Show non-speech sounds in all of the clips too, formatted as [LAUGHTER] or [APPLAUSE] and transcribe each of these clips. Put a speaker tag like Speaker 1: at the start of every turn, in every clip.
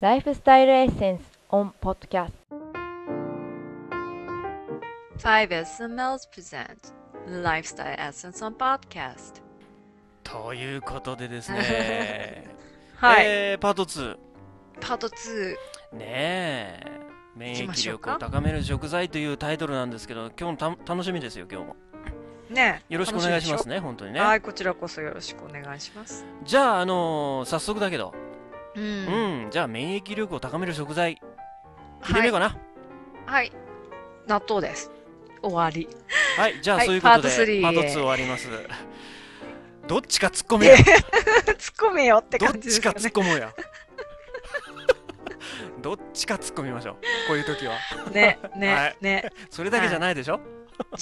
Speaker 1: ライフスタイルエッセンス on podcast
Speaker 2: Five SMLs present Lifestyle Essence on Podcast。
Speaker 3: ということでですね、
Speaker 2: [LAUGHS] はい、
Speaker 3: えーパート2、
Speaker 2: パート2。
Speaker 3: ねえ、免
Speaker 2: 行きまし
Speaker 3: 疫
Speaker 2: ょう
Speaker 3: 力
Speaker 2: か
Speaker 3: を高める食材というタイトルなんですけど、今日もた楽しみですよ、今日も。
Speaker 2: ね
Speaker 3: よろしくお願いします
Speaker 2: ね。
Speaker 3: ね、本当にね。
Speaker 2: はい、こちらこそよろしくお願いします。
Speaker 3: じゃあ、あのー早速だけど、
Speaker 2: う。
Speaker 3: うんん、じゃあ、免疫力を高める食材、切れ
Speaker 2: は
Speaker 3: 目
Speaker 2: い、
Speaker 3: かな。
Speaker 2: はい。納豆です。終わり。
Speaker 3: はい、じゃあ、
Speaker 2: はい
Speaker 3: そういうことで、
Speaker 2: パート3へ
Speaker 3: パート2終わ
Speaker 2: [LAUGHS]
Speaker 3: ります。どっちか突っ込めよ、
Speaker 2: 突っ込めよって
Speaker 3: ど
Speaker 2: [LAUGHS]
Speaker 3: っ
Speaker 2: 感じです
Speaker 3: ちか
Speaker 2: か
Speaker 3: 突っ
Speaker 2: ね。
Speaker 3: 込もうや。 [LAUGHS] どっちか突っ込みましょう、こういう時は。
Speaker 2: ね、ね、
Speaker 3: はい
Speaker 2: ね。
Speaker 3: それだけじゃないでしょ、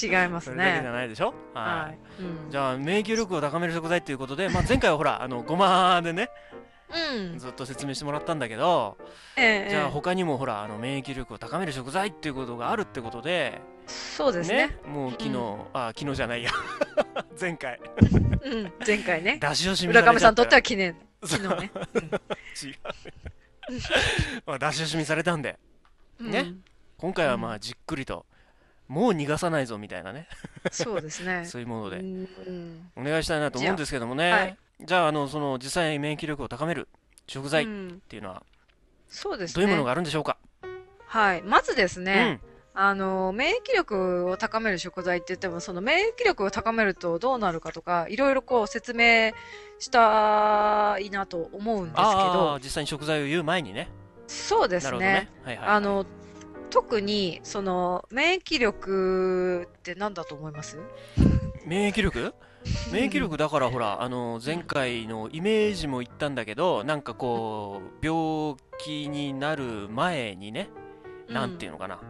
Speaker 2: 違います
Speaker 3: それだけじゃ
Speaker 2: ね。
Speaker 3: ないでしょはい
Speaker 2: はい。うん
Speaker 3: じゃあ免疫力を高める食材ということで、まあ、前回はほらあのごまでね
Speaker 2: うん。
Speaker 3: ずっと説明してもらったんだけど、
Speaker 2: ええ
Speaker 3: じゃ
Speaker 2: え
Speaker 3: あ他にもほらあの免疫力を高める食材っていうことがあるってことで
Speaker 2: えそうですね。
Speaker 3: もう昨日、
Speaker 2: うん
Speaker 3: あ昨日じゃないや [LAUGHS] 前回
Speaker 2: うん。前回
Speaker 3: [LAUGHS]
Speaker 2: ね。
Speaker 3: 出し惜しみ
Speaker 2: 浦上さんにと
Speaker 3: [LAUGHS]
Speaker 2: っては
Speaker 3: は
Speaker 2: 記念。昨日
Speaker 3: [LAUGHS]
Speaker 2: ね。
Speaker 3: 違う [LAUGHS] まあ出し惜しみされたんで
Speaker 2: うん
Speaker 3: ね。今回はま
Speaker 2: う
Speaker 3: あじっくりと、もう逃がさないぞみたいなね
Speaker 2: そうですね。
Speaker 3: [LAUGHS] そういうもの
Speaker 2: う
Speaker 3: で
Speaker 2: ん。
Speaker 3: お願いしたいなと思うんですけどもね
Speaker 2: じゃあはい
Speaker 3: じゃああのその実際に免疫力を高める食材っ
Speaker 2: うん
Speaker 3: ていうのは
Speaker 2: そうです
Speaker 3: ど
Speaker 2: ね。
Speaker 3: ういうものがあるんでしょうか、
Speaker 2: はい。まずです
Speaker 3: うん
Speaker 2: ね、あの、免疫力を高める食材って言っても、その免疫力を高めるとどうなるかとか、いろいろこう説明したいなと思うんですけ
Speaker 3: ああ
Speaker 2: ど、
Speaker 3: 実際に食材を言う前にね。
Speaker 2: そうです
Speaker 3: なる
Speaker 2: ね。
Speaker 3: ほどね。はいはい。
Speaker 2: あ、の、特に、その、免疫力って何だと思います
Speaker 3: 免疫力免疫力だからほら、あの、前回のイメージも言ったんだけど、なんかこう、病気になる前にね、なんていうのかな。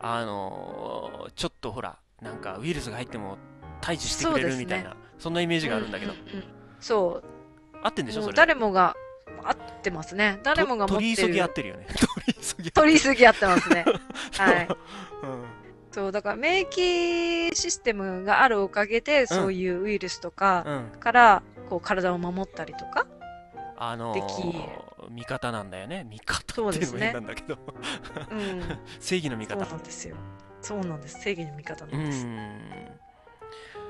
Speaker 3: あの、ちょっとほら、なんかウイルスが入っても退治してく
Speaker 2: そ
Speaker 3: れ
Speaker 2: うです
Speaker 3: る
Speaker 2: ね
Speaker 3: みたいな、そんなイメー
Speaker 2: うん
Speaker 3: ジがあるんだけど
Speaker 2: う、ううんそ
Speaker 3: 合ってんでし
Speaker 2: う。も
Speaker 3: ょ、そうれ。
Speaker 2: 誰もが、合ってますね。誰もが持
Speaker 3: と
Speaker 2: っ
Speaker 3: 取
Speaker 2: て
Speaker 3: り急ぎ合っ
Speaker 2: る。
Speaker 3: てるよね。取り急ぎ合っ
Speaker 2: 取り急ぎ合ってますね。
Speaker 3: て
Speaker 2: はい。
Speaker 3: る。 [LAUGHS] うん
Speaker 2: そう、だから免疫システムがあるおかげで、そういうウイルスとか
Speaker 3: うん。
Speaker 2: から、こう、体を守ったりとか。
Speaker 3: あの
Speaker 2: で
Speaker 3: ー、味方なんだよね。味方
Speaker 2: そう
Speaker 3: って
Speaker 2: で
Speaker 3: いう
Speaker 2: す
Speaker 3: のも
Speaker 2: ね
Speaker 3: 変なんだけど。 [LAUGHS]
Speaker 2: うん。
Speaker 3: 正義の味
Speaker 2: そう
Speaker 3: 方
Speaker 2: な。んですよ。そうなんです。正義の味方
Speaker 3: う
Speaker 2: なんです。
Speaker 3: ん。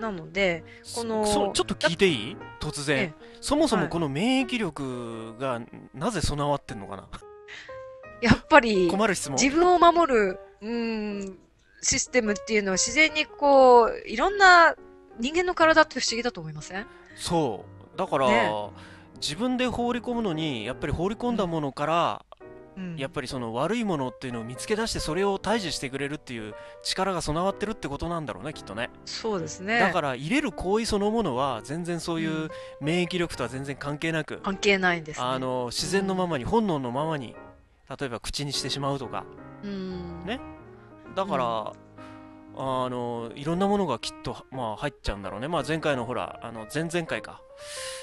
Speaker 2: なので、この
Speaker 3: そちょっと聞いていい突然
Speaker 2: え。
Speaker 3: そもそも
Speaker 2: はい
Speaker 3: この免疫力がなぜ備わってんのかな
Speaker 2: やっぱり、
Speaker 3: 困る質問。
Speaker 2: 自分を守る、うん、システムっていうのは自然にこう、いろんな人間の体って不思議だと思いません
Speaker 3: そう。だから
Speaker 2: ね、
Speaker 3: 自分で放り込むのに、やっぱり放り込んだものから、
Speaker 2: うん。
Speaker 3: やっぱりその悪いものっていうのを見つけ出して、それを退治してくれるっていう力が備わってるってことなんだろうね、きっとね。
Speaker 2: そうですね。
Speaker 3: だから、入れる行為そのものは、全然そういううん免疫力とは全然関係なく、
Speaker 2: 関係ないんですね。
Speaker 3: あ、の自然のままに、本能のままに例えば口にしてしまうとか
Speaker 2: うん。
Speaker 3: ねだから、あのいろんなものがきっと、まあ、入っちゃうんだろうね、まあ、前回のほらあの前々回か、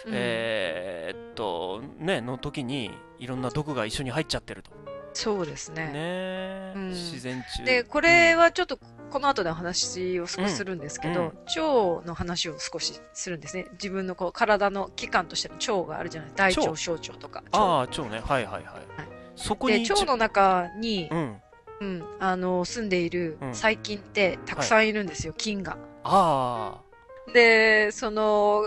Speaker 2: うん
Speaker 3: えーっとねの時にいろんな毒が一緒に入っちゃってると
Speaker 2: そうです
Speaker 3: ね
Speaker 2: うん
Speaker 3: 自然中
Speaker 2: で、これはちょっとこの後の話を少しするんですけ
Speaker 3: うん
Speaker 2: ど、腸の話を少しするんですね。自分のこう体の器官としての腸があるじゃない大腸、
Speaker 3: 腸
Speaker 2: 小腸とか。
Speaker 3: ああ
Speaker 2: 腸
Speaker 3: 腸ねはいはいはい、
Speaker 2: はい
Speaker 3: そこ
Speaker 2: で、
Speaker 3: に一
Speaker 2: 腸の中に
Speaker 3: う、ん
Speaker 2: うん、あの、住んでいる
Speaker 3: うん
Speaker 2: 細菌ってたくさんいるんですよ、菌が。
Speaker 3: あ
Speaker 2: で、その、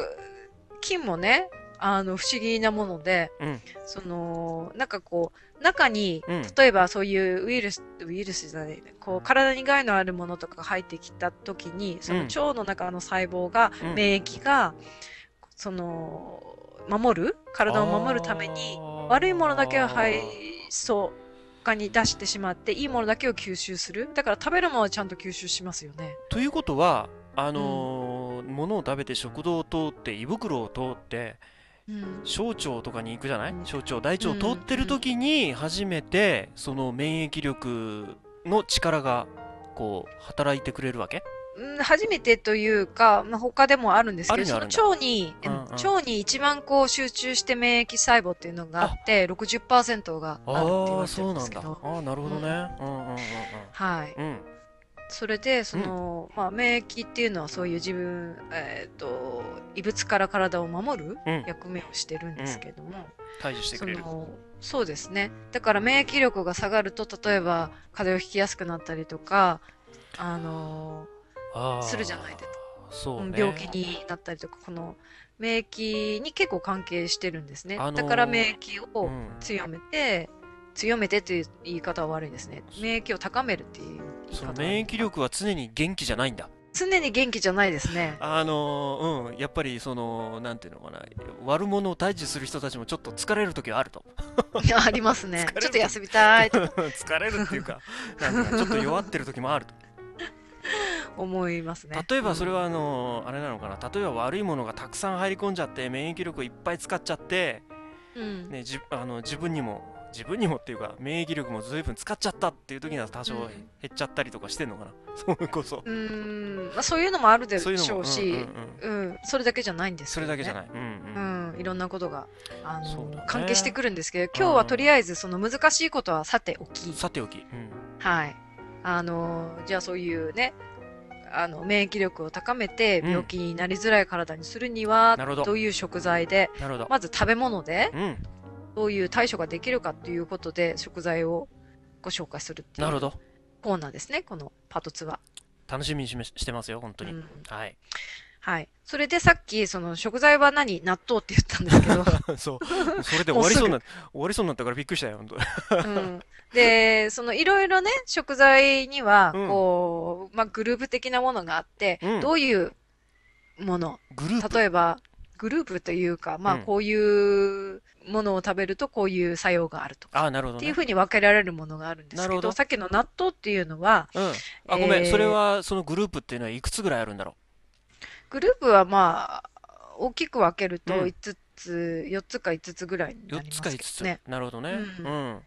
Speaker 2: 菌もね、あの、不思議なもので、
Speaker 3: うん
Speaker 2: その、なんかこう、中に、
Speaker 3: あうん
Speaker 2: 例えばそういうウイルス、ウイルスじゃない、こう体に害のあるものとかが入ってきた時に、その
Speaker 3: うん
Speaker 2: 腸の中の細胞が、
Speaker 3: うん
Speaker 2: 免疫が、その、守る体を守るために、悪いものだけを排そう他に出してしまって、いいものだけを吸収する。だから食べるものはちゃんと吸収しますよね。
Speaker 3: ということはあのー物を食べて食道を通って胃袋を通って
Speaker 2: うん。
Speaker 3: 小腸とかに行くじゃない
Speaker 2: うん
Speaker 3: 小腸大腸を通ってる時に初めてその免疫力の力がこう働いてくれるわけ
Speaker 2: うん初めてというか、まあ、他でもあるんですけど、
Speaker 3: あるに
Speaker 2: そ
Speaker 3: は
Speaker 2: の
Speaker 3: あるん
Speaker 2: 腸
Speaker 3: だ
Speaker 2: に、
Speaker 3: うんうん
Speaker 2: 腸に一番こう集中して免疫細胞っていうのがあって、60%があるって言
Speaker 3: あ
Speaker 2: わ
Speaker 3: あ
Speaker 2: れてる
Speaker 3: そう
Speaker 2: で
Speaker 3: んなん
Speaker 2: すけ
Speaker 3: だ
Speaker 2: ど、
Speaker 3: ああなるほどねうんうんうん
Speaker 2: はい。
Speaker 3: うんうん
Speaker 2: それで、その、まあ、免疫っていうのはそういう自分、えっ、と、異物から体を守る
Speaker 3: うん
Speaker 2: 役目をしてるんですけども、
Speaker 3: 対峙して
Speaker 2: そ
Speaker 3: くれる
Speaker 2: の、そうですね。だから免疫力が下がると、例えば、風邪をひきやすくなったりとか、あの、
Speaker 3: あー
Speaker 2: するじゃないですか
Speaker 3: そうね
Speaker 2: 病気になったりとか、この免疫に結構関係してるんですね。
Speaker 3: あのー
Speaker 2: だから免疫
Speaker 3: う
Speaker 2: を
Speaker 3: ん
Speaker 2: 強めて、強めてという言い方は悪いですね。免疫を高めるっていう言い
Speaker 3: そ
Speaker 2: 方
Speaker 3: の
Speaker 2: は。
Speaker 3: 免疫力は常に元気じゃないんだ
Speaker 2: 常に元気じゃないですね。
Speaker 3: あのーうんやっぱりそのなんていうのかな悪者を退治する人たちもちょっと疲れる時はあると
Speaker 2: いやありますね
Speaker 3: [LAUGHS] 疲れ。る
Speaker 2: ちょっと休みたいと
Speaker 3: [LAUGHS] 疲れるっていうか [LAUGHS] なんていうかちょっと弱ってる時もあると
Speaker 2: 思いますね。
Speaker 3: [LAUGHS] 例えばそれはあのーあれなのかな例えば悪いものがたくさん入り込んじゃって免疫力をいっぱい使っちゃって
Speaker 2: うん、
Speaker 3: ね、じあの自分にも自分にもっていうか免疫力も随分使っちゃったっていう時には多少
Speaker 2: うん
Speaker 3: 減っちゃったりとかしてんのかな、 [LAUGHS] それこそ
Speaker 2: うーんまあ、そういうのもあるでし
Speaker 3: そういうの
Speaker 2: ょ
Speaker 3: も
Speaker 2: うし、
Speaker 3: うん
Speaker 2: う
Speaker 3: う
Speaker 2: ん
Speaker 3: んうん
Speaker 2: それだけじゃないんです
Speaker 3: そ
Speaker 2: よ、
Speaker 3: れ
Speaker 2: ね。
Speaker 3: だけじゃ
Speaker 2: ない。
Speaker 3: ない、うんう
Speaker 2: うんん、いろんなことが、あ
Speaker 3: そう
Speaker 2: の、
Speaker 3: だね
Speaker 2: 関係してくるんですけど、今日はとりあえずその難しいことはさておき、
Speaker 3: さておき、うん
Speaker 2: はい。あの、じゃあそういうね、あの、免疫力を高めて
Speaker 3: うん
Speaker 2: 病気になりづらい体にするには、
Speaker 3: なるほど
Speaker 2: どういう食材で、
Speaker 3: なるほど、
Speaker 2: まず食べ物で、
Speaker 3: うん
Speaker 2: どういう対処ができるかということで、食材をご紹介するってい
Speaker 3: なるほ
Speaker 2: う
Speaker 3: ど
Speaker 2: コーナーですね、このパート2は。
Speaker 3: 楽しみにしめしてますよ本当に、
Speaker 2: うん
Speaker 3: はい
Speaker 2: はい。それでさっき、その食材は何納豆って言ったんですけど、
Speaker 3: [LAUGHS] そうそれで終わりそうにな終わりそうになったからびっくりしたよ本当 [LAUGHS]
Speaker 2: うん、で、そのいろいろね、食材には、
Speaker 3: うん
Speaker 2: こう、まあ、グループ的なものがあって、
Speaker 3: うん
Speaker 2: どういうもの、
Speaker 3: グルー
Speaker 2: [LAUGHS]
Speaker 3: プ
Speaker 2: 例えば、グループというか、まあ、
Speaker 3: うん
Speaker 2: こういうものを食べるとこういう作用があるとか、
Speaker 3: ああなるほど
Speaker 2: ってい
Speaker 3: ね
Speaker 2: うふうに分けられるものがあるんです
Speaker 3: な
Speaker 2: け
Speaker 3: るほど
Speaker 2: ど、さっきの納豆っていうのは、
Speaker 3: うん、あごめん、
Speaker 2: えー
Speaker 3: それはそのグループっていうのはいくつぐらいあるんだろ
Speaker 2: グループはまあ、大きく分けると
Speaker 3: うん
Speaker 2: 5つ、4つか5つぐらいに
Speaker 3: う
Speaker 2: なり
Speaker 3: 4
Speaker 2: ま
Speaker 3: つ
Speaker 2: す
Speaker 3: か
Speaker 2: け
Speaker 3: 5
Speaker 2: ど
Speaker 3: つ、
Speaker 2: ね。
Speaker 3: なるほどね
Speaker 2: う
Speaker 3: うん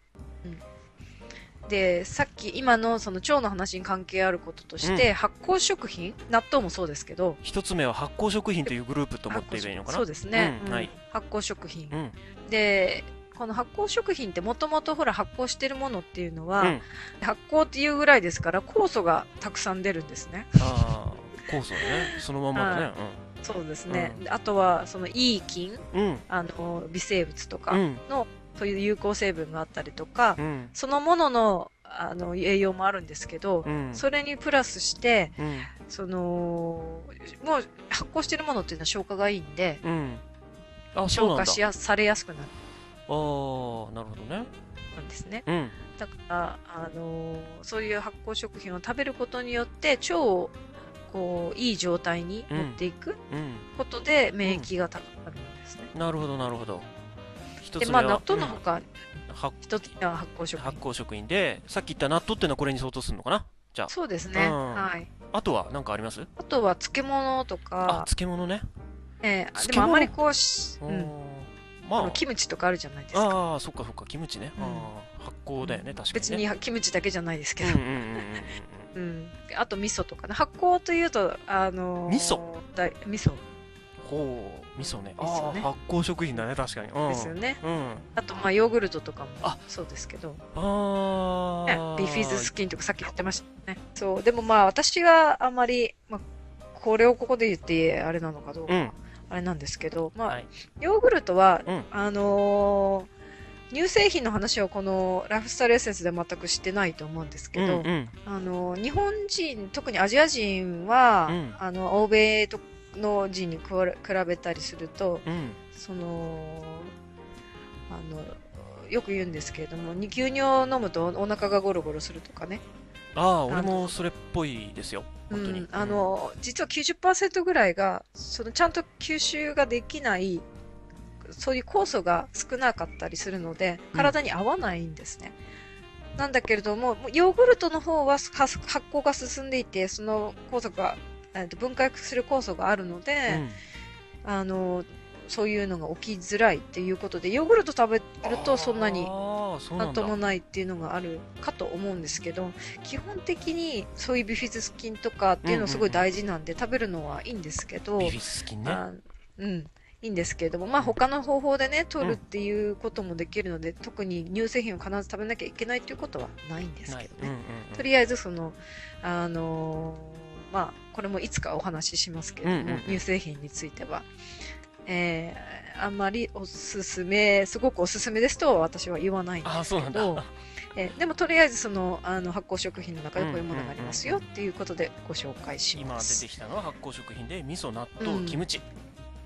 Speaker 2: で、さっき今のその腸の話に関係あることとして、発酵食品、納豆もそうですけど、
Speaker 3: 一つ目は発酵食品というグループと思っていればいいのかな
Speaker 2: そうですね。
Speaker 3: うん
Speaker 2: うん
Speaker 3: はい
Speaker 2: 発酵食品。
Speaker 3: うん
Speaker 2: で、この発酵食品ってもともとほら発酵してるものっていうのは、
Speaker 3: うん
Speaker 2: 発酵っていうぐらいですから酵素がたくさん出るんですね。
Speaker 3: ああ、酵素ね。そのまんまだね。
Speaker 2: そうですね。
Speaker 3: うん
Speaker 2: であとはそのいい菌、
Speaker 3: うん。うん。
Speaker 2: あの微生物とか、
Speaker 3: うん。
Speaker 2: そういう有効成分があったりとか、
Speaker 3: うん。
Speaker 2: そのもののあの栄養もあるんですけど、
Speaker 3: うん。
Speaker 2: それにプラスして
Speaker 3: うん。
Speaker 2: そのもう発酵してるものっていうのは消化がいいんで
Speaker 3: うん。あ、そう
Speaker 2: 消
Speaker 3: なんだ。あ
Speaker 2: 化しやされやすくな
Speaker 3: あー、なるほどね。
Speaker 2: るんですね。
Speaker 3: うん。
Speaker 2: だから、あのーそういう発酵食品を食べることによって腸をこういい状態に持っていく
Speaker 3: う
Speaker 2: ことで、免疫が高まるんですね。
Speaker 3: ん。なるほど、なるほど。一
Speaker 2: で
Speaker 3: つ目
Speaker 2: まあ
Speaker 3: は、
Speaker 2: 納豆の
Speaker 3: うん
Speaker 2: ほか
Speaker 3: 発
Speaker 2: 一つ目は発酵食
Speaker 3: 発
Speaker 2: 品。
Speaker 3: 酵食品で、さっき言った納豆っていうのはこれに相当するのかなじゃあ、
Speaker 2: そうですね。
Speaker 3: うん
Speaker 2: はい。
Speaker 3: あとは何かあります
Speaker 2: あとは漬物と
Speaker 3: あ
Speaker 2: か、、
Speaker 3: 漬物ね。
Speaker 2: ええ
Speaker 3: 漬
Speaker 2: でもあ
Speaker 3: 物
Speaker 2: まりこうし、う
Speaker 3: お
Speaker 2: ん、
Speaker 3: ー
Speaker 2: あ
Speaker 3: ま
Speaker 2: の
Speaker 3: あ、
Speaker 2: キムチとかあるじゃないですか。
Speaker 3: ああ、そっかそっか、キムチね。
Speaker 2: うん
Speaker 3: あー発酵だよね、確かに
Speaker 2: 別
Speaker 3: ね。
Speaker 2: にキムチだけじゃないですけ
Speaker 3: うん
Speaker 2: ど、
Speaker 3: うんうんうんうん
Speaker 2: うん、あと味噌とかね発酵というとあのー
Speaker 3: 味噌
Speaker 2: だい味噌
Speaker 3: ほう、味噌ね。
Speaker 2: [LAUGHS] 味噌
Speaker 3: ああ、
Speaker 2: ね
Speaker 3: 発酵食品だね、確かに。うん
Speaker 2: ですよね、
Speaker 3: うん。
Speaker 2: あとまあヨーグルトとかも
Speaker 3: あ
Speaker 2: そうですけど
Speaker 3: あ
Speaker 2: ね
Speaker 3: あ。
Speaker 2: ビフィズスキンとかさっき言ってましたね。そう、でもまあ私があまり、まあ、これをここで言ってあれなのかどうか、
Speaker 3: うん
Speaker 2: あれなんですけど、まあ、
Speaker 3: はい
Speaker 2: ヨーグルトは、
Speaker 3: うん
Speaker 2: あのー乳製品の話をこのライフスタイルエッセンスでは全くしてないと思うんですけど、
Speaker 3: うんうん
Speaker 2: あのー日本人、特にアジア人は、
Speaker 3: うん
Speaker 2: あの、欧米との人に比べ比べたりすると、
Speaker 3: うん
Speaker 2: そのあのよく言うんですけれどもに牛乳を飲むとお腹がゴロゴロするとかね、
Speaker 3: ああ、俺もそれっぽいですよ。
Speaker 2: う
Speaker 3: 本当に
Speaker 2: ん、。あの実は90%ぐらいがそのちゃんと吸収ができないそういう酵素が少なかったりするので体に合わないんですね、なんだけれどももうヨーグルトの方はは発酵が進んでいてその酵素がえっと分解する酵素があるので、
Speaker 3: うん、
Speaker 2: あのそういうのが起きづらいっていうことでヨーグルト食べるとそんなに
Speaker 3: ああ、そう
Speaker 2: な
Speaker 3: な
Speaker 2: ん
Speaker 3: ん
Speaker 2: と
Speaker 3: だ。
Speaker 2: もないっていうのがあるかと思うんですけど基本的にそういうビフィズス菌とかっていうのすごい大事なんで食べるのはいいんですけど
Speaker 3: ビフィズスキンね。
Speaker 2: あうんいいんですけれども、まあ、他の方法でね、取るっていうこともできるので、特に乳製品を必ず食べなきゃいけないということはないんです
Speaker 3: な
Speaker 2: け
Speaker 3: い
Speaker 2: ど
Speaker 3: うんうん
Speaker 2: ね。
Speaker 3: うん
Speaker 2: とりあえず、その、あのーまあ、これもいつかお話ししますけれども、
Speaker 3: うんうんうん
Speaker 2: 乳製品については、えーあんまりおすすめ、すごくおすすめですとは私は言わないんです
Speaker 3: ああそうなん
Speaker 2: けど
Speaker 3: だ、
Speaker 2: えーでもとりあえずその、あの、発酵食品の中でこういうものがありますよっていうことでご紹介し
Speaker 3: 今
Speaker 2: ま
Speaker 3: 出
Speaker 2: す。
Speaker 3: てきたのは発酵食品で味噌納豆、
Speaker 2: うん
Speaker 3: キムチ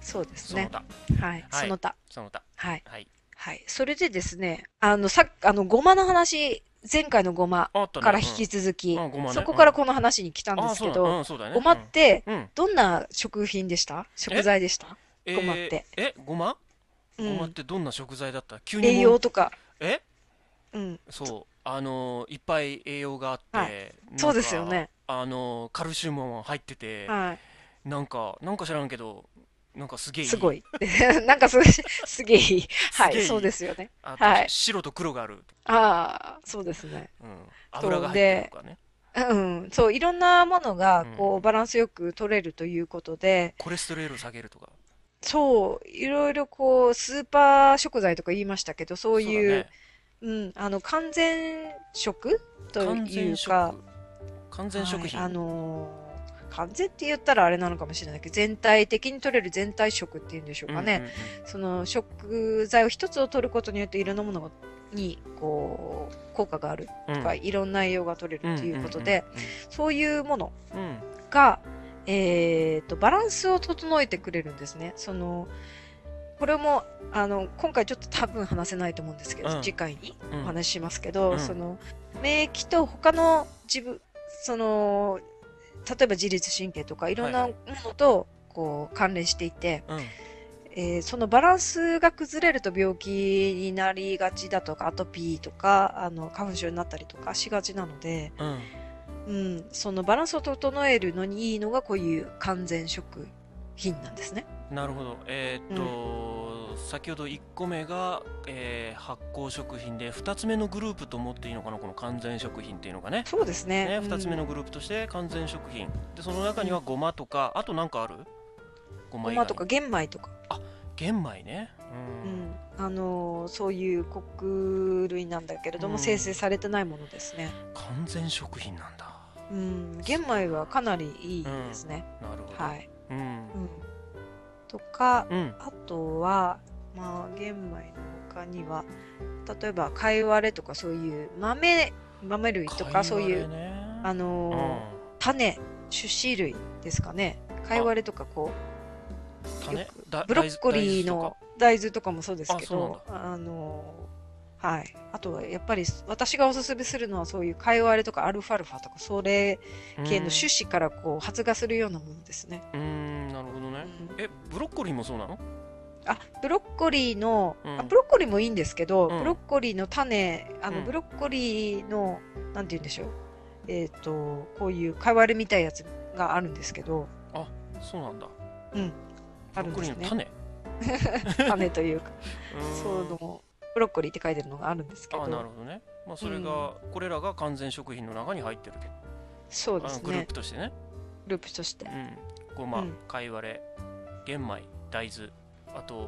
Speaker 2: そうです
Speaker 3: その
Speaker 2: ね。
Speaker 3: 他
Speaker 2: はい。
Speaker 3: はい
Speaker 2: その他。
Speaker 3: その他
Speaker 2: はい。
Speaker 3: はい
Speaker 2: はい。それでですね、あの、さっあの、ごまの話、前回のごま
Speaker 3: ああったね
Speaker 2: から引き続き、
Speaker 3: うんあごまね
Speaker 2: そこからこの話に来たんですけ
Speaker 3: あ
Speaker 2: ど、
Speaker 3: あそうだ、うんそうだね
Speaker 2: ごまって、
Speaker 3: うんうん
Speaker 2: どんな食品でした食材でしたごまって
Speaker 3: えーえごま
Speaker 2: う
Speaker 3: ごまっ
Speaker 2: ん。
Speaker 3: てどんな食材だった急にもう
Speaker 2: 栄養とか、
Speaker 3: え
Speaker 2: うん。
Speaker 3: そうあのーいっぱい栄養があって、
Speaker 2: は
Speaker 3: なん
Speaker 2: そう
Speaker 3: か
Speaker 2: ですよね。
Speaker 3: あのーカルシウムも入ってて、
Speaker 2: は
Speaker 3: なんかなんか知らんけどなんかすげえ
Speaker 2: い。
Speaker 3: いい
Speaker 2: すごい。 [LAUGHS] なんかす、すげえいい。は
Speaker 3: すげえ
Speaker 2: い。
Speaker 3: いい
Speaker 2: そうですよね。
Speaker 3: あ
Speaker 2: はい
Speaker 3: と白と黒がある、
Speaker 2: ああ、そうですね。
Speaker 3: うん、油が入ってるとかね
Speaker 2: うん。そう、いろんなものが、
Speaker 3: う
Speaker 2: こう、
Speaker 3: ん
Speaker 2: バランスよく取れるということで、
Speaker 3: コレステロール下げるとか
Speaker 2: そう、いろいろこう、スーパー食材とか言いましたけど、そう
Speaker 3: だ
Speaker 2: いう、
Speaker 3: ね
Speaker 2: うん、あの完全食と
Speaker 3: 完
Speaker 2: い
Speaker 3: 全
Speaker 2: う
Speaker 3: 食
Speaker 2: か、
Speaker 3: 完全食品、
Speaker 2: はいあのー完全って言ったらあれなのかもしれないけど、全体的に取れる全体食っていうんでしょうかね。その食材を一つを取ることによっていろんなものにこう効果がある
Speaker 3: うんうんうん
Speaker 2: とか、いろんな栄養が取れるということで、、そういうもの
Speaker 3: うんうんうんうん
Speaker 2: が、えー、とバランスを整えてくれるんですね。そのこれもあの今回ちょっと多分話せないと思うんですけど、
Speaker 3: うん
Speaker 2: 次回に
Speaker 3: うん
Speaker 2: お話ししますけど、
Speaker 3: うん
Speaker 2: その免疫と他の自分その例えば自律神経とかいろんな
Speaker 3: は
Speaker 2: も
Speaker 3: い
Speaker 2: のとこう関連していて、
Speaker 3: うん
Speaker 2: えーそのバランスが崩れると病気になりがちだとかアトピーとかあの花粉症になったりとかしがちなので、
Speaker 3: うん
Speaker 2: うん、そのバランスを整えるのにいいのがこういう完全食品なんですね。
Speaker 3: なるほどえーっと、先ほど1個目が、えー発酵食品で2つ目のグループと思っていいのかなこの完全食品っていうのがね
Speaker 2: そうですね。
Speaker 3: ね、2つ目のグループとして完全食品でその中にはごまとかあと何かあるご
Speaker 2: ご
Speaker 3: ま以
Speaker 2: ま
Speaker 3: 外
Speaker 2: とか玄米とか。
Speaker 3: 玄米ねう、
Speaker 2: うんん、あのーそういう穀類なんだけれども、
Speaker 3: うん
Speaker 2: 生成されてないものですね。
Speaker 3: 完全食品なんだ
Speaker 2: うん、玄米はかなりいいですね。
Speaker 3: なるほど、
Speaker 2: はい、
Speaker 3: うん
Speaker 2: うん。とか、
Speaker 3: うん
Speaker 2: あとは、まあ、玄米の他には、例えば、かいわれとか、そういう豆、豆類とか、そういう、
Speaker 3: 貝割れね
Speaker 2: あの
Speaker 3: う
Speaker 2: ー
Speaker 3: ん
Speaker 2: 種、種子類ですかね。かいわれとか、こう、
Speaker 3: 種
Speaker 2: よく
Speaker 3: だ
Speaker 2: ブロッコリーの大豆とかもそうですけど、
Speaker 3: あ
Speaker 2: あのー、はい。あとはやっぱり私がおすすめするのはそういうカイワレとかアルファルファとかそれ系の種
Speaker 3: 種
Speaker 2: 子からこう発芽するようなものですね。
Speaker 3: うんうんなるほどね
Speaker 2: うん
Speaker 3: えブロッコリーもそうなの
Speaker 2: あ、ブロッコリーの、
Speaker 3: うん
Speaker 2: あブロッコリーもいいんですけど、
Speaker 3: うん
Speaker 2: ブロッコリーの種、あの
Speaker 3: うん
Speaker 2: ブロッコリーの、なんて言うんでしょう。えっ、と、こういうカイワレみたいなやつがあるんですけど、
Speaker 3: そうなんだ
Speaker 2: うん。
Speaker 3: ブ
Speaker 2: あ
Speaker 3: ロ
Speaker 2: る
Speaker 3: ッ
Speaker 2: ん
Speaker 3: コ
Speaker 2: で
Speaker 3: リ
Speaker 2: す
Speaker 3: ーの
Speaker 2: ね。
Speaker 3: 種
Speaker 2: 種というか、
Speaker 3: [LAUGHS] うん
Speaker 2: その、ブロッコリーって書いてるのがあるんですけ
Speaker 3: あなる
Speaker 2: ど、
Speaker 3: ほどねまあそれがこれらが完全食品の中に入ってると
Speaker 2: そうで
Speaker 3: あ
Speaker 2: す
Speaker 3: の
Speaker 2: ね。
Speaker 3: グループとしてね
Speaker 2: ループとして。
Speaker 3: うん、ごま、
Speaker 2: うん
Speaker 3: 貝割れ、玄米、大豆、あと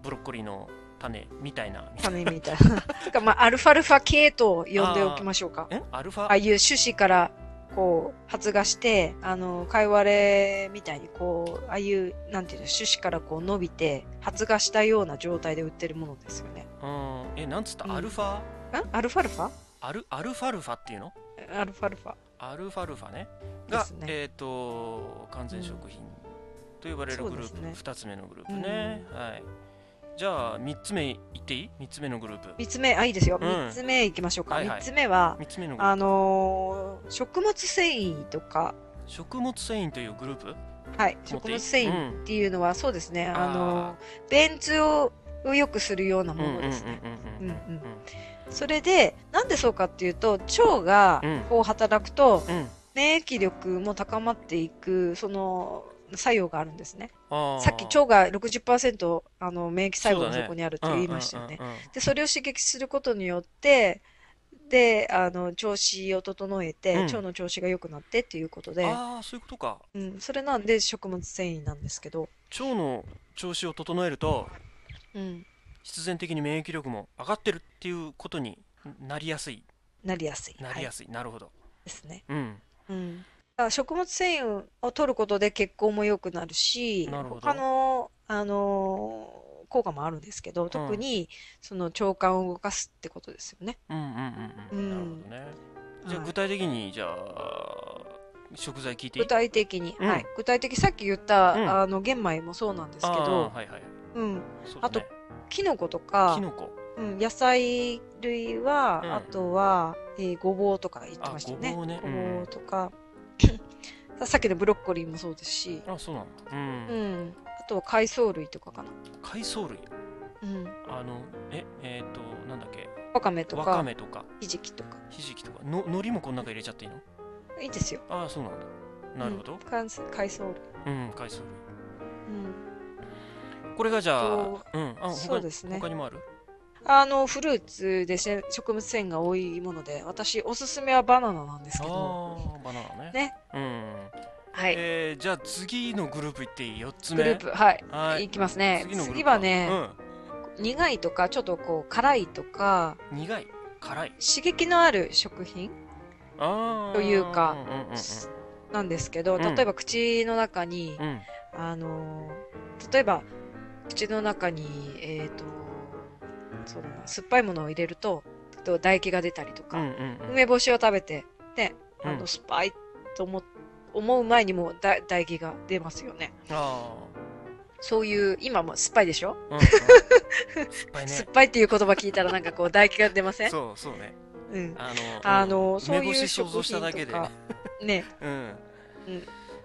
Speaker 3: ブロッコリーの種みたいな。
Speaker 2: 種みたいな。 [LAUGHS] つうか、まあ、アルファルファ系と呼んでおきましょうか。
Speaker 3: んアルファ
Speaker 2: ああいう種子から、こう、発芽して、あの、かいわれみたいに、こう、ああいう、なんていうの、種子からこう伸びて、発芽したような状態で売ってるものですよね。
Speaker 3: うん、え、なんつった、
Speaker 2: うん
Speaker 3: アルファ
Speaker 2: んアルファルファ
Speaker 3: アル、アルファルファっていうの
Speaker 2: アルファルファ。
Speaker 3: アルファルファね。が、
Speaker 2: ですね
Speaker 3: えっ、と、完全食品と呼ばれるグルー
Speaker 2: そう
Speaker 3: プ、
Speaker 2: ですね
Speaker 3: 2つ目のグループね。はい。じゃあ、3つ目いっていい ?3 つ目のグループ。
Speaker 2: 三つ目、あ、いいですよ。
Speaker 3: うん
Speaker 2: 三つ目行きましょうか。
Speaker 3: はい
Speaker 2: 三、
Speaker 3: はい
Speaker 2: つ目は、
Speaker 3: 3つ目のグルー
Speaker 2: あ
Speaker 3: プ。
Speaker 2: のー食物繊維とか、
Speaker 3: 食物繊維というグループ
Speaker 2: はい、
Speaker 3: 持っ
Speaker 2: 食
Speaker 3: ていい
Speaker 2: 物繊維
Speaker 3: うん
Speaker 2: っていうのはそうですね、
Speaker 3: あ
Speaker 2: あ
Speaker 3: ー
Speaker 2: の便通を良くするような
Speaker 3: うん
Speaker 2: ものですね。
Speaker 3: うんうんうん
Speaker 2: うんそれでなんでそうかっていうと腸が
Speaker 3: うん
Speaker 2: こう働くと
Speaker 3: うんうん
Speaker 2: 免疫力も高まっていくその作用があるんですね。
Speaker 3: あー
Speaker 2: さっき腸が60%あの免疫細胞の
Speaker 3: そうだね
Speaker 2: 底にあるって言いましたよね
Speaker 3: う。んうんうんうん
Speaker 2: でそれを刺激することによってって、あの、調子を整えて、
Speaker 3: うん
Speaker 2: 腸の調子が良くなってっていうことで、
Speaker 3: ああそういうことか
Speaker 2: うん、それなんで食物繊維なんですけど、
Speaker 3: 腸の調子を整えると
Speaker 2: うん、
Speaker 3: 必然的に免疫力も上がってるっていうことになりやすい
Speaker 2: なりやすい。
Speaker 3: なりや
Speaker 2: はい、
Speaker 3: すい、なるほど
Speaker 2: ですね。
Speaker 3: うん
Speaker 2: うん。だから食物繊維を取ることで血行も良くなるし、
Speaker 3: なるほど
Speaker 2: 他の、あのー効果もあるんですけど、特にその腸管を動かすってことですよね。
Speaker 3: うんうんうんうんなるほどねじゃあ
Speaker 2: はい
Speaker 3: 具体的にじゃあ食材聞いてい
Speaker 2: 具
Speaker 3: い
Speaker 2: 体的に、
Speaker 3: うん
Speaker 2: はい。具体的、さっき言っ
Speaker 3: うん
Speaker 2: た、あの、玄米もそうなんですけ
Speaker 3: あ
Speaker 2: ど
Speaker 3: ー、はいはい
Speaker 2: うん。
Speaker 3: そうだね
Speaker 2: あとキノコとか
Speaker 3: キ、ノコ
Speaker 2: うん、野菜類は、
Speaker 3: うん
Speaker 2: あとは、えーごぼうとか言ってましたよ
Speaker 3: あ
Speaker 2: ね。
Speaker 3: ごぼうね
Speaker 2: ご
Speaker 3: うん
Speaker 2: ぼうとか、 [LAUGHS] さっきのブロッコリーもそうですし、
Speaker 3: あそうなんだうん
Speaker 2: うん。あとは海藻類とかかな。
Speaker 3: 海藻類
Speaker 2: うん。
Speaker 3: あのええー、となんだっけ
Speaker 2: わかめと
Speaker 3: わか
Speaker 2: か、
Speaker 3: めとか
Speaker 2: ひじきとか。
Speaker 3: ひじきとかの海苔もこの中入れちゃっていいの
Speaker 2: いいですよ。
Speaker 3: ああそうなんだなるほど
Speaker 2: うん海藻海藻類。
Speaker 3: うん、海
Speaker 2: う
Speaker 3: 藻
Speaker 2: ん。
Speaker 3: 類これがじゃあ
Speaker 2: と
Speaker 3: うんあ他に
Speaker 2: そうですね
Speaker 3: 他にもある
Speaker 2: あの、フルーツでし食物繊維が多いもので、私、おすすめはバナナなんです
Speaker 3: あ
Speaker 2: けど、
Speaker 3: ーバナナね
Speaker 2: ね
Speaker 3: うん
Speaker 2: はい。
Speaker 3: えー、じゃあ次のグループいっていい4つ
Speaker 2: グ
Speaker 3: 目
Speaker 2: ループ、はい。
Speaker 3: はい
Speaker 2: いきますね。
Speaker 3: 次のグループ
Speaker 2: はね、苦いとか、ちょっとこう、辛いとか、
Speaker 3: うん、苦い辛い
Speaker 2: 刺激のある食品
Speaker 3: あー
Speaker 2: というか
Speaker 3: うんうんうん
Speaker 2: なんですけど、
Speaker 3: うん
Speaker 2: 例えば口の中に、
Speaker 3: うんうん
Speaker 2: あのー例えば口の中に、えっ、と、そうだな、酸っぱいものを入れると、えっと唾液が出たりと
Speaker 3: う
Speaker 2: か、
Speaker 3: んうんうん
Speaker 2: 梅干しを食べて、ね、あ
Speaker 3: うん
Speaker 2: の、酸っぱいと思思う前にもうだ唾液が出ますよね。
Speaker 3: あ
Speaker 2: そういう、今も酸っぱいでしょ、
Speaker 3: ーうんうん酸っぱい
Speaker 2: 酸っ
Speaker 3: ね
Speaker 2: ぱいっていう言葉聞いたらなんかこう唾液が出ません
Speaker 3: そうそうね
Speaker 2: うん。
Speaker 3: あの
Speaker 2: あの
Speaker 3: うん
Speaker 2: そういう
Speaker 3: 梅干し想像しただけで
Speaker 2: 食品とかね、
Speaker 3: うん
Speaker 2: うん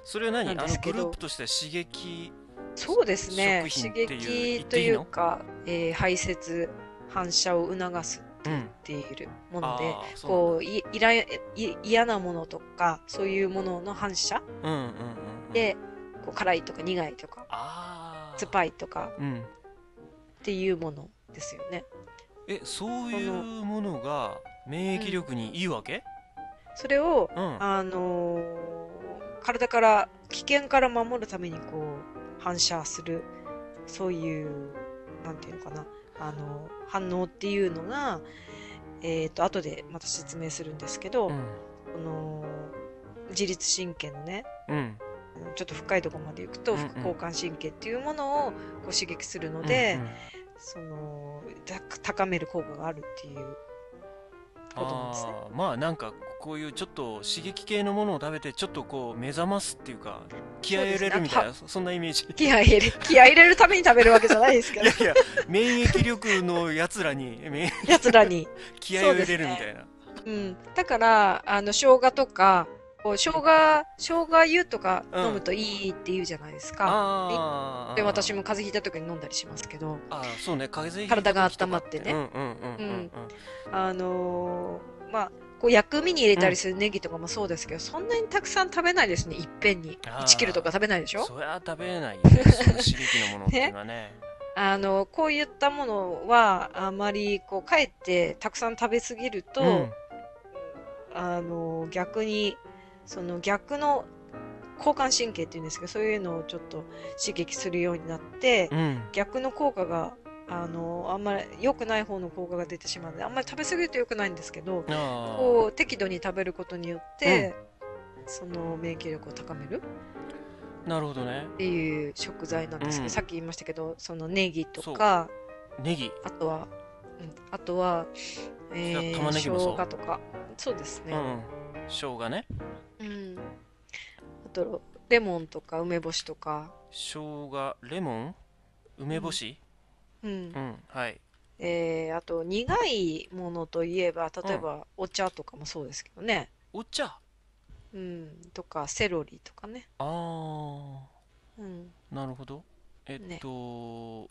Speaker 3: それは何
Speaker 2: なんで
Speaker 3: あの
Speaker 2: す
Speaker 3: グ
Speaker 2: け
Speaker 3: ル
Speaker 2: ど
Speaker 3: ープとしては刺激
Speaker 2: そうですね。
Speaker 3: 食品
Speaker 2: 刺
Speaker 3: っていう
Speaker 2: 激
Speaker 3: 言っ
Speaker 2: と
Speaker 3: ていい
Speaker 2: い
Speaker 3: の
Speaker 2: うか、えー排泄、反射を促す
Speaker 3: うん
Speaker 2: っているもの
Speaker 3: あ
Speaker 2: で、
Speaker 3: ーそう
Speaker 2: こ
Speaker 3: なんだ
Speaker 2: う、いいらい嫌なものとか、そういうものの反射
Speaker 3: うんうんうんうん
Speaker 2: で、こう辛いとか苦いとか、
Speaker 3: ああ
Speaker 2: 酸っぱいとか
Speaker 3: うん
Speaker 2: っていうものですよね。
Speaker 3: えそういうものが免疫力にいいわけ
Speaker 2: それを、
Speaker 3: うん
Speaker 2: あのー体から、危険から守るためにこう、反射する、そういう、なんていうのかな、あの反応っていうのが、えっ、と、後でまた説明するんですけど、
Speaker 3: うん
Speaker 2: この、自律神経のね、
Speaker 3: うん
Speaker 2: ちょっと深いところまで行くと、
Speaker 3: うんうん
Speaker 2: 副交感神経っていうものをこう刺激するので、
Speaker 3: うんうん
Speaker 2: そのた高める効果があるっていうことなんですね。
Speaker 3: あーまあなんかこういうちょっと刺激系のものを食べてちょっとこう目覚ますっていうか気合い入れるみたいなそ,、 [LAUGHS] んなイメージ
Speaker 2: 気合い入れ [LAUGHS] 気合い入れるために食べるわけじゃないですか
Speaker 3: い
Speaker 2: ら
Speaker 3: や、いや免疫力のやつらに免
Speaker 2: やつらに。
Speaker 3: [LAUGHS] 気合いを入れるみたいな、
Speaker 2: うん、だからあの生姜とかこう生姜生姜湯とか飲むといいって言うじゃないですか。
Speaker 3: ああ
Speaker 2: で私
Speaker 3: も
Speaker 2: も風邪ひいた時に飲んだりしますけど、
Speaker 3: あーそうね風邪ひいた時
Speaker 2: 体が
Speaker 3: とか
Speaker 2: 温まってね
Speaker 3: うんうんうんうんうん
Speaker 2: あのーまあこう薬味に入れたりするネギとかもそうですけど、そんなにたくさん食べないですねいっぺんに
Speaker 3: あー
Speaker 2: 1キロとか食べないでしょ
Speaker 3: そりゃ食べれないよ
Speaker 2: [LAUGHS]
Speaker 3: ねその刺激のものっていうのはね
Speaker 2: あの、こういったものは、あまり、こう、かえって、たくさん食べ過ぎると、
Speaker 3: うん
Speaker 2: あの、逆に、その逆の交感神経っていうんですけど、そういうのをちょっと刺激するようになって、
Speaker 3: うん
Speaker 2: 逆の効果が、あの、あんまり良くない方の効果が出てしまうので、あんまり食べ過ぎると良くないんですけど、
Speaker 3: あー
Speaker 2: こう、適度に食べることによって、その免疫力を高める
Speaker 3: なるほどね
Speaker 2: っていう食材なんですけど、
Speaker 3: うん
Speaker 2: さっき言いましたけど、そのネギと
Speaker 3: そう
Speaker 2: か、
Speaker 3: ネギ
Speaker 2: あとは、うん、あとは、え
Speaker 3: い
Speaker 2: ー、
Speaker 3: や玉ねぎもそう
Speaker 2: 生姜とか、そうです
Speaker 3: う
Speaker 2: ね。
Speaker 3: ん生姜ね
Speaker 2: うん。あと、レモンとか梅干しとか、
Speaker 3: 生姜レモン梅干し
Speaker 2: うん
Speaker 3: う。ん、はい
Speaker 2: えー、あと、苦いものといえば、例えば、お茶とかもそうですけどね。
Speaker 3: お茶
Speaker 2: うん。とか、セロリとかね。
Speaker 3: あー
Speaker 2: うん。
Speaker 3: なるほどえっと、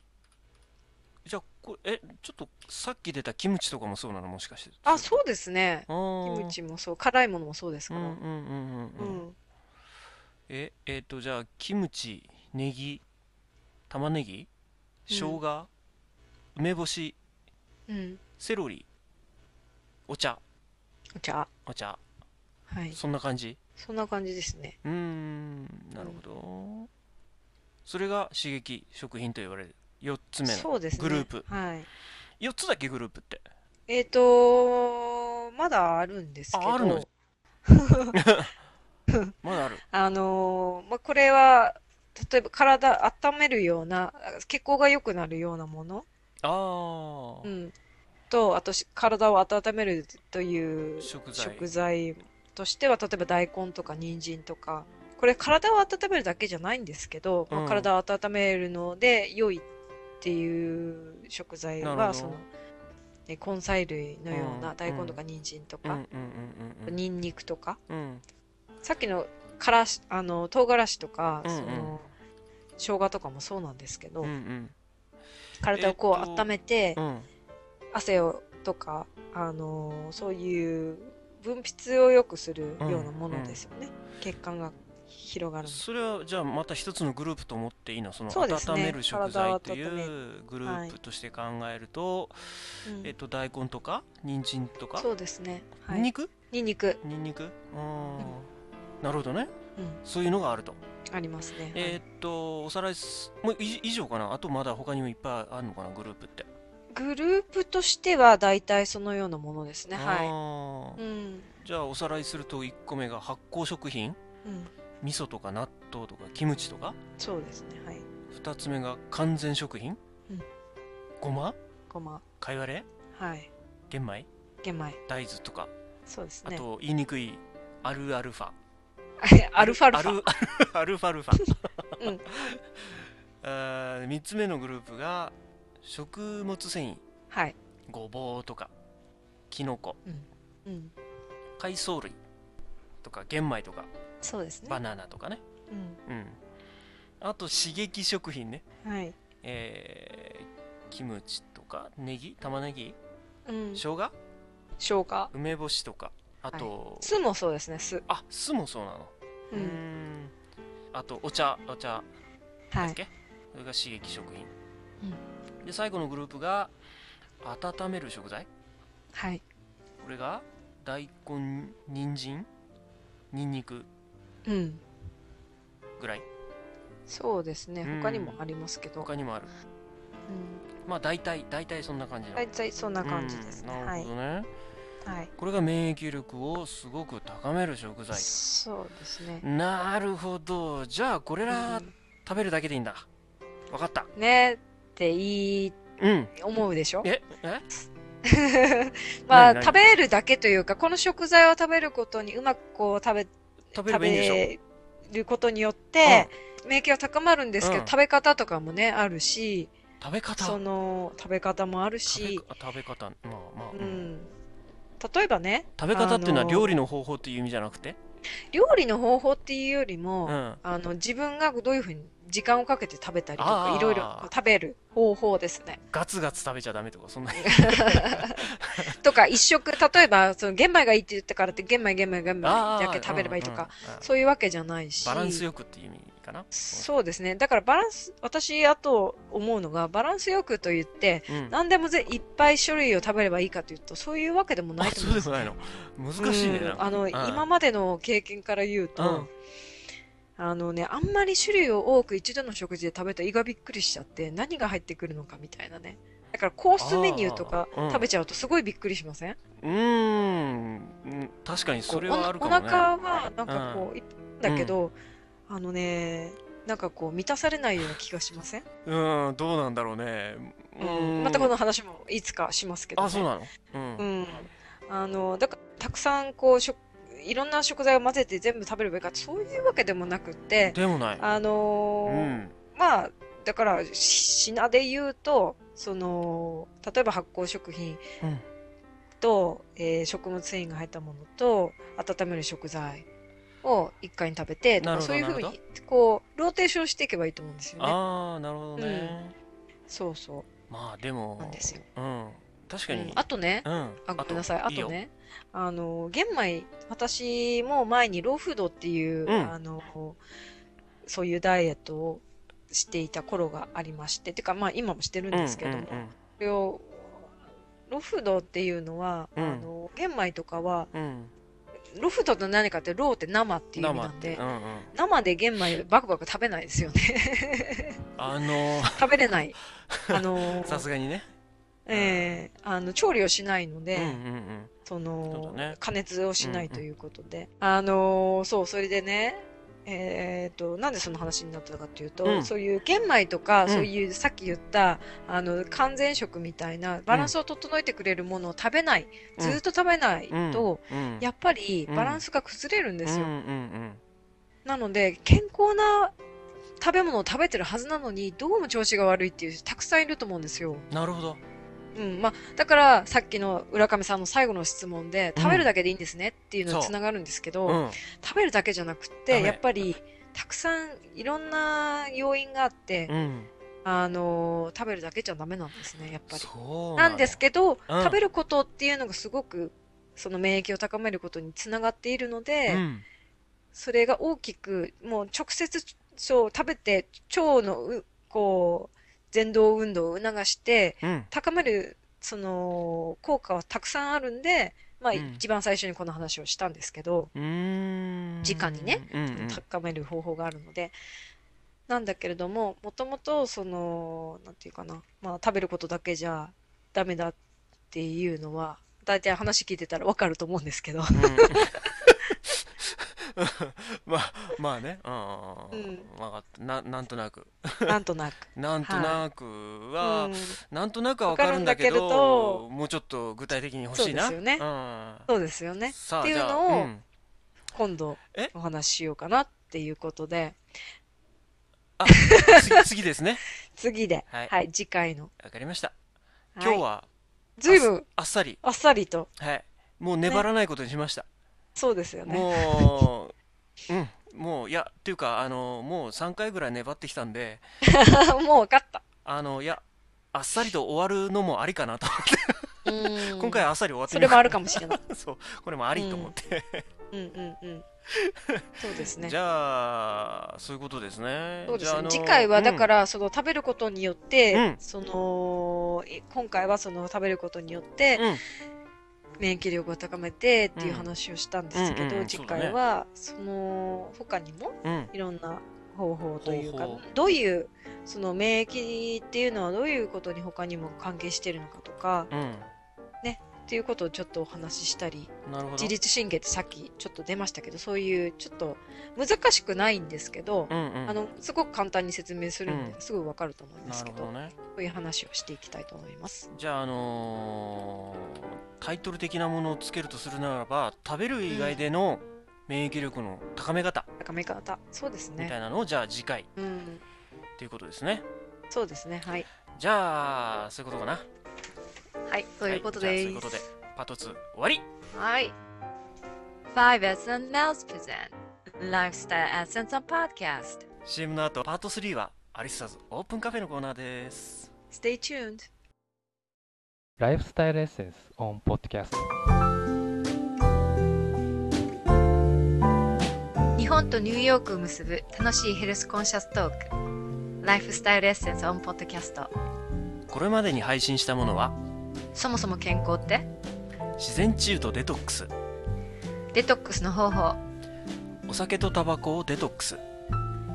Speaker 3: じゃあこれえちょっとさっき出たキムチとかもそうなのもしかして
Speaker 2: あ、そうですね。
Speaker 3: あ
Speaker 2: キ
Speaker 3: ー
Speaker 2: ムチもそう、辛いものもそうです
Speaker 3: う
Speaker 2: か
Speaker 3: んう
Speaker 2: ら。
Speaker 3: んうんうん
Speaker 2: う
Speaker 3: うん
Speaker 2: ん。
Speaker 3: ええっとじゃあキムチネギ玉ねぎ生姜梅干し
Speaker 2: うん。
Speaker 3: セロリお茶
Speaker 2: お茶。
Speaker 3: お茶
Speaker 2: はい。
Speaker 3: そんな感じ
Speaker 2: そんな感じですね。
Speaker 3: うーんなるほどそれが刺激食品と言われる4つ目
Speaker 2: そう
Speaker 3: の
Speaker 2: ですね。
Speaker 3: グループ
Speaker 2: はい。
Speaker 3: 4つだっけグループって
Speaker 2: えっと、まだあるんですけ
Speaker 3: ああるの
Speaker 2: ど、
Speaker 3: [LAUGHS] まだある
Speaker 2: あのー、まあ、これは、例えば体温めるような、血行が良くなるようなもの、
Speaker 3: あ
Speaker 2: う
Speaker 3: あ
Speaker 2: ん、と、あとし体を温めるという
Speaker 3: 食材
Speaker 2: 食材としては、例えば大根とか人参とか、これ体を温めるだけじゃないんですけど、まあ
Speaker 3: うん
Speaker 2: 体を温めるので良いっていう食材
Speaker 3: なるほ
Speaker 2: は、
Speaker 3: ど
Speaker 2: その、ね根菜類のよう
Speaker 3: う
Speaker 2: なん大根とか人参と
Speaker 3: うんうん
Speaker 2: か、
Speaker 3: うんうん
Speaker 2: ニンニクとか、
Speaker 3: うんうん
Speaker 2: さっきのからし、あの、唐辛子とか、
Speaker 3: うんうん
Speaker 2: その、生姜とかもそうなんですけど、
Speaker 3: うんうん
Speaker 2: 体をこ
Speaker 3: えっ
Speaker 2: う
Speaker 3: と
Speaker 2: 温めて、
Speaker 3: うん
Speaker 2: 汗をとか、あの、そういう分泌を良くするようなものですよね。血管が広がるの。
Speaker 3: それはじゃあまた一つのグループと思っていいのその
Speaker 2: そうですね
Speaker 3: 温める食材とい
Speaker 2: 体を温
Speaker 3: うグループとして考えると、
Speaker 2: うん
Speaker 3: えっと大根とか人参とか
Speaker 2: そうですね。は
Speaker 3: ニンニ
Speaker 2: い。
Speaker 3: ク
Speaker 2: ニンニク、
Speaker 3: ニンニクうーん
Speaker 2: うん
Speaker 3: なるほどね
Speaker 2: うん、
Speaker 3: そういうのがあると
Speaker 2: ありますね。はい
Speaker 3: えーっとおさらいすもうい以上かなあとまだ他にもいっぱいあるのかなグループって
Speaker 2: グループとしては、大体そのようなものですね。は。
Speaker 3: はい
Speaker 2: うん。
Speaker 3: いじゃあおさらいすると1個目が発酵食品
Speaker 2: うん。
Speaker 3: 味噌とか納豆とかキムチとか
Speaker 2: そうですね。はい。
Speaker 3: 2つ目が完全食品
Speaker 2: うん
Speaker 3: ごま
Speaker 2: ごま。
Speaker 3: 貝割れ
Speaker 2: はい。
Speaker 3: 玄米
Speaker 2: 玄米。
Speaker 3: 大豆とか
Speaker 2: そうです
Speaker 3: あ
Speaker 2: ね。
Speaker 3: と言いにくいアルアルファ
Speaker 2: [LAUGHS] アルファルファ。
Speaker 3: アル [LAUGHS] アルファルファ
Speaker 2: うん
Speaker 3: [LAUGHS] あー3つ目のグループが食物繊維
Speaker 2: はい。
Speaker 3: ごぼうとかきのこ
Speaker 2: うん。
Speaker 3: 海藻類とか玄米とか
Speaker 2: そうですね。
Speaker 3: バナナとかね
Speaker 2: う
Speaker 3: うんあと刺激食品ね
Speaker 2: ん。はい。
Speaker 3: えーキムチとかネギ玉ねぎ
Speaker 2: うん。
Speaker 3: 生
Speaker 2: 生
Speaker 3: 姜
Speaker 2: 姜。
Speaker 3: 梅干しとかあと、
Speaker 2: 酢もそうですね、酢。
Speaker 3: あ酢もそうなの
Speaker 2: う
Speaker 3: うー
Speaker 2: ん。
Speaker 3: んあとお茶お茶
Speaker 2: は
Speaker 3: だっ
Speaker 2: い。
Speaker 3: けそれが刺激食品、で最後のグループが温める食材
Speaker 2: はい。
Speaker 3: これが大根人参ニンニク
Speaker 2: うん。
Speaker 3: ぐらい
Speaker 2: そうですね
Speaker 3: うん。
Speaker 2: 他にもありますけど。
Speaker 3: 他にもある
Speaker 2: うん。
Speaker 3: まあ大体大体そんな感じの
Speaker 2: 大体そんな感じですね。
Speaker 3: うん
Speaker 2: は
Speaker 3: なる
Speaker 2: い
Speaker 3: ほ。どね、
Speaker 2: はい。
Speaker 3: これが免疫力をすごく高める食材
Speaker 2: そうですね。
Speaker 3: なるほどじゃあこれら
Speaker 2: うん
Speaker 3: 食べるだけでいいんだわかった
Speaker 2: ねっていい
Speaker 3: うん
Speaker 2: 思うでしょ
Speaker 3: ええ
Speaker 2: [LAUGHS] ま
Speaker 3: 何
Speaker 2: あ、
Speaker 3: 何
Speaker 2: 食べるだけというか、この食材を食べることにうまくこう食べ、
Speaker 3: 食べれ
Speaker 2: 食
Speaker 3: ばいいんでしょ
Speaker 2: べることによって、免疫が高まるんですけど、
Speaker 3: うん
Speaker 2: 食べ方とかもね、あるし、
Speaker 3: 食べ方
Speaker 2: その食べ方もある
Speaker 3: 食べ
Speaker 2: し、
Speaker 3: か食べ方まあまあ、
Speaker 2: う
Speaker 3: うん
Speaker 2: ん、例えばね
Speaker 3: 食べ方っていうのは
Speaker 2: あの
Speaker 3: 料理の方法っていう意味じゃなくて
Speaker 2: 料理の方法っていうよりも、
Speaker 3: うん
Speaker 2: あの自分がどういうふうに時間をかけて食べたりと
Speaker 3: あ
Speaker 2: か
Speaker 3: ー
Speaker 2: いろいろ食べる方法ですね。
Speaker 3: ガツガツ食べちゃダメとかそ
Speaker 2: [LAUGHS]
Speaker 3: んな
Speaker 2: とか一食例えばその玄米がいいって言ったからって玄米玄米玄米
Speaker 3: あー
Speaker 2: だけ食べればいいとか、
Speaker 3: うんうんうん
Speaker 2: そういうわけじゃないし
Speaker 3: バランスよくっていう意味かな
Speaker 2: そうですねだからバランス私あと思うのがバランスよくと言って
Speaker 3: うん
Speaker 2: 何でもぜいっぱい種類を食べればいいかというとそういうわけでもな
Speaker 3: あ
Speaker 2: いと思
Speaker 3: そううんで
Speaker 2: です
Speaker 3: もないの難しいね
Speaker 2: うん
Speaker 3: なんか
Speaker 2: あの、
Speaker 3: うん
Speaker 2: 今までの経験から言うと、
Speaker 3: うん
Speaker 2: あのね、あんまり種類を多く一度の食事で食べた胃がびっくりしちゃって、何が入ってくるのかみたいなね。だからコースメニューとか
Speaker 3: あーうん
Speaker 2: 食べちゃうとすごいびっくりしません、
Speaker 3: うーんうん確かにそれはあるか
Speaker 2: お
Speaker 3: も
Speaker 2: な
Speaker 3: ね
Speaker 2: お腹はなんかこう、いっぱいだけど、あのね、なんかこう満たされないような気がしません、
Speaker 3: うんどうなんだろうねうーん
Speaker 2: またこの話もいつかしますけど、ね。
Speaker 3: あそうなのうん
Speaker 2: うん、あのだからたくさんこう食いろんな食材を混ぜて全部食べればいいかそういうわけでもなくって
Speaker 3: でもない
Speaker 2: あの
Speaker 3: う
Speaker 2: ー
Speaker 3: ん
Speaker 2: まあだからし品で言うとその例えば発酵食品
Speaker 3: うん
Speaker 2: と、えー食物繊維が入ったものと温める食材を一回に食べてと
Speaker 3: な
Speaker 2: か
Speaker 3: るほど
Speaker 2: そういうふう
Speaker 3: なる
Speaker 2: にこうローテーションしていけばいいと思うんですよね。
Speaker 3: ああなるほどね
Speaker 2: そうそ
Speaker 3: まあで
Speaker 2: うなん
Speaker 3: も
Speaker 2: ですよ。
Speaker 3: うん確か
Speaker 2: うん
Speaker 3: に
Speaker 2: あとね、
Speaker 3: うん
Speaker 2: あ、ごめんなさい。あ
Speaker 3: いよ
Speaker 2: とね、あの、玄米、私も前にローフードっていう、
Speaker 3: うん
Speaker 2: あの、そういうダイエットをしていた頃がありまして、てか、まあ今もしてるんですけども、
Speaker 3: うんうんうん
Speaker 2: これを、ローフードっていうのは、
Speaker 3: うん
Speaker 2: あの、玄米枚とかは、
Speaker 3: うん
Speaker 2: ロフトと何かって、ローって生っていう意味
Speaker 3: 生
Speaker 2: な
Speaker 3: っ
Speaker 2: ん
Speaker 3: て
Speaker 2: で
Speaker 3: う、んうん
Speaker 2: 生で玄米バクバク食べないですよね。 [LAUGHS]
Speaker 3: あのー
Speaker 2: 食べれない。あのー
Speaker 3: [LAUGHS] さすがにね
Speaker 2: ええあの、調理をしないので、
Speaker 3: うんうん
Speaker 2: そ
Speaker 3: そ
Speaker 2: の
Speaker 3: うだね
Speaker 2: 加熱をしないということで、あのーそうそれでねえー、となんでその話になったかというと、
Speaker 3: うん
Speaker 2: そういう玄米とか、
Speaker 3: うん
Speaker 2: そういうさっき言ったあの完全食みたいなバランスを整えてくれるものを食べない、
Speaker 3: うん
Speaker 2: ずっと食べない
Speaker 3: うんうん
Speaker 2: と、
Speaker 3: うん
Speaker 2: やっぱり
Speaker 3: うん
Speaker 2: バランスが崩れるんですよ、
Speaker 3: うんうん
Speaker 2: なので健康な食べ物を食べてるはずなのにどうも調子が悪いっていう人たくさんいると思うんですよ。
Speaker 3: うんなるほど
Speaker 2: うん、まあ、だから、さっきの浦上さんの最後の質問で、
Speaker 3: うん
Speaker 2: 食べるだけでいいんですねっていうの
Speaker 3: そう
Speaker 2: につながるんですけど、
Speaker 3: うん
Speaker 2: 食べるだけじゃなく
Speaker 3: ダ
Speaker 2: て、
Speaker 3: メ
Speaker 2: やっぱり、たくさんいろんな要因があって、
Speaker 3: うん
Speaker 2: あのー食べるだけじゃダメなんですね、やっぱり。
Speaker 3: そう
Speaker 2: なんですけど、
Speaker 3: うん
Speaker 2: 食べることっていうのがすごく、その免疫を高めることにつながっているので、
Speaker 3: うん
Speaker 2: それが大きく、もう直接、そう、食べて、腸のう、こう、前動運動を促して、
Speaker 3: うん
Speaker 2: 高めるその効果はたくさんあるんで、まあ、
Speaker 3: うん
Speaker 2: 一番最初にこの話をしたんですけど、
Speaker 3: うーん
Speaker 2: 直にね
Speaker 3: うんうん
Speaker 2: 高める方法があるのでなんだけれどももともとそのなんていうかな、まあ、食べることだけじゃダメだっていうのは大体話聞いてたらわかると思うんです
Speaker 3: [LAUGHS]
Speaker 2: けど、
Speaker 3: うんまあまあね、うんうんうん
Speaker 2: う
Speaker 3: わかったななんとなく、
Speaker 2: なんとなく。
Speaker 3: なんとなくは、
Speaker 2: うん
Speaker 3: なんとなくはわかるんだけ
Speaker 2: わかるんだけれど、
Speaker 3: どもうちょっと具体的に欲しいな。
Speaker 2: そうですよね
Speaker 3: うん
Speaker 2: そうですよね。
Speaker 3: さあ
Speaker 2: っていう
Speaker 3: じゃあ
Speaker 2: のを
Speaker 3: うん
Speaker 2: 今度
Speaker 3: え
Speaker 2: お話ししようかなっていうことで、 [LAUGHS]
Speaker 3: あ、次次ですね。
Speaker 2: 次で、
Speaker 3: はい
Speaker 2: はい、次回の。
Speaker 3: わかりました。
Speaker 2: はい
Speaker 3: 今日は
Speaker 2: 随分
Speaker 3: あっさり、
Speaker 2: あっさりと、
Speaker 3: はい、もう粘らないことにしました。
Speaker 2: そうですよね。
Speaker 3: もう、うん、もういや、っていうかあのもう三回ぐらい粘ってきたんで、
Speaker 2: [LAUGHS] もう分かった。
Speaker 3: あのいや、あっさりと終わるのもありかなと思って。今回あっさり終わって
Speaker 2: そ
Speaker 3: み
Speaker 2: れ
Speaker 3: よ
Speaker 2: もあるかもしれない。
Speaker 3: う [LAUGHS] そうこれもありと思って、
Speaker 2: うんうんうん。そうですね
Speaker 3: じ。ゃあそういうことですね
Speaker 2: そうで
Speaker 3: じゃあ
Speaker 2: す
Speaker 3: あ
Speaker 2: ね。
Speaker 3: の
Speaker 2: 次回はだか
Speaker 3: うん
Speaker 2: ら、その食べることによっ
Speaker 3: うん
Speaker 2: て、その、い今回はその食べることによって
Speaker 3: うん、
Speaker 2: 免疫力を高めてっていう話をしたんですけ
Speaker 3: うんうんう
Speaker 2: ど、
Speaker 3: ん
Speaker 2: 次回は、その、他にも
Speaker 3: うん
Speaker 2: いろんな方法というか
Speaker 3: 方法、
Speaker 2: どういう、その免疫っていうのはどういうことに他にも関係してるのかとか、
Speaker 3: う
Speaker 2: っていうことをちょっとお話ししたり、
Speaker 3: んなるほど
Speaker 2: 自律神経ってさっきちょっと出ましたけどそういうちょっと難しくないんですけど
Speaker 3: う、んうん
Speaker 2: あのすごく簡単に説明するので、
Speaker 3: うん
Speaker 2: すぐ分かると思いま
Speaker 3: な
Speaker 2: す
Speaker 3: る
Speaker 2: け
Speaker 3: ほ
Speaker 2: ど
Speaker 3: どね
Speaker 2: こういう話をしていきたいと思います。
Speaker 3: じゃああのータイトル的なものをつけるとするならば食べる以外での免疫力の高め方
Speaker 2: 高め方そうです
Speaker 3: みた
Speaker 2: ね。
Speaker 3: いなのをじゃあ次回
Speaker 2: うん、
Speaker 3: っていうことですね
Speaker 2: そうですね。はい、
Speaker 3: じゃあそういうことかな
Speaker 2: はい、ということ
Speaker 3: はい
Speaker 2: で
Speaker 3: じゃあそういうことでパート2終わり
Speaker 2: はい。Five Essence Mouse Present Lifestyle Essence on Podcast
Speaker 3: CM の後パート3はアリスターズオープンカフェのコーナーです
Speaker 2: Stay tuned!
Speaker 4: ライフスタイルエッセンスオンポッドキャスト
Speaker 2: 日本とニューヨークを結ぶ楽しいヘルスコンシャストークライフスタイルエッセンスオンポッドキャスト
Speaker 3: これまでに配信したものは
Speaker 2: そもそも健康って
Speaker 3: 自然治癒とデトックス
Speaker 2: デトックスの方法
Speaker 3: お酒とタバコをデトックス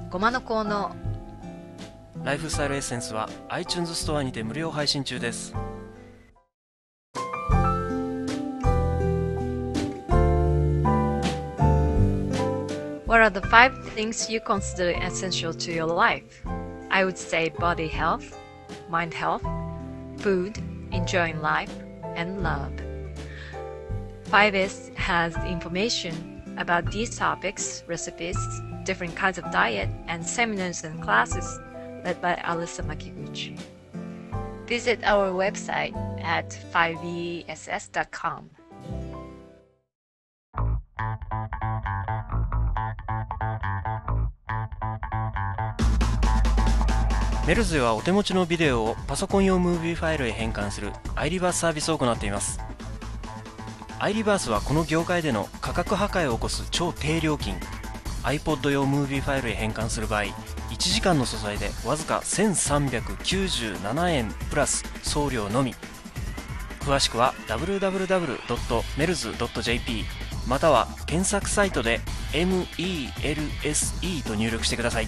Speaker 2: ごまの効能
Speaker 3: ライフスタイルエッセンスは iTunes ストアにて無料配信中です
Speaker 2: What are the five things you consider essential to your life? I would say body health, mind health, food, enjoying life, and love. 5S has information about these topics, recipes, different kinds of diet, and seminars and classes led by Alyssa Makiguchi. Visit our website at E 5ess.com.
Speaker 3: m メルズではお手持ちのビデオをパソコン用ムービーファイルへ変換する iReverse サービスを行っています iReverse はこの業界での価格破壊を起こす超低料金 iPod 用ムービーファイルへ変換する場合1時間の素材でわずか1397円プラス送料のみ詳しくは www.mels.jp または検索サイトで MELSE と入力してください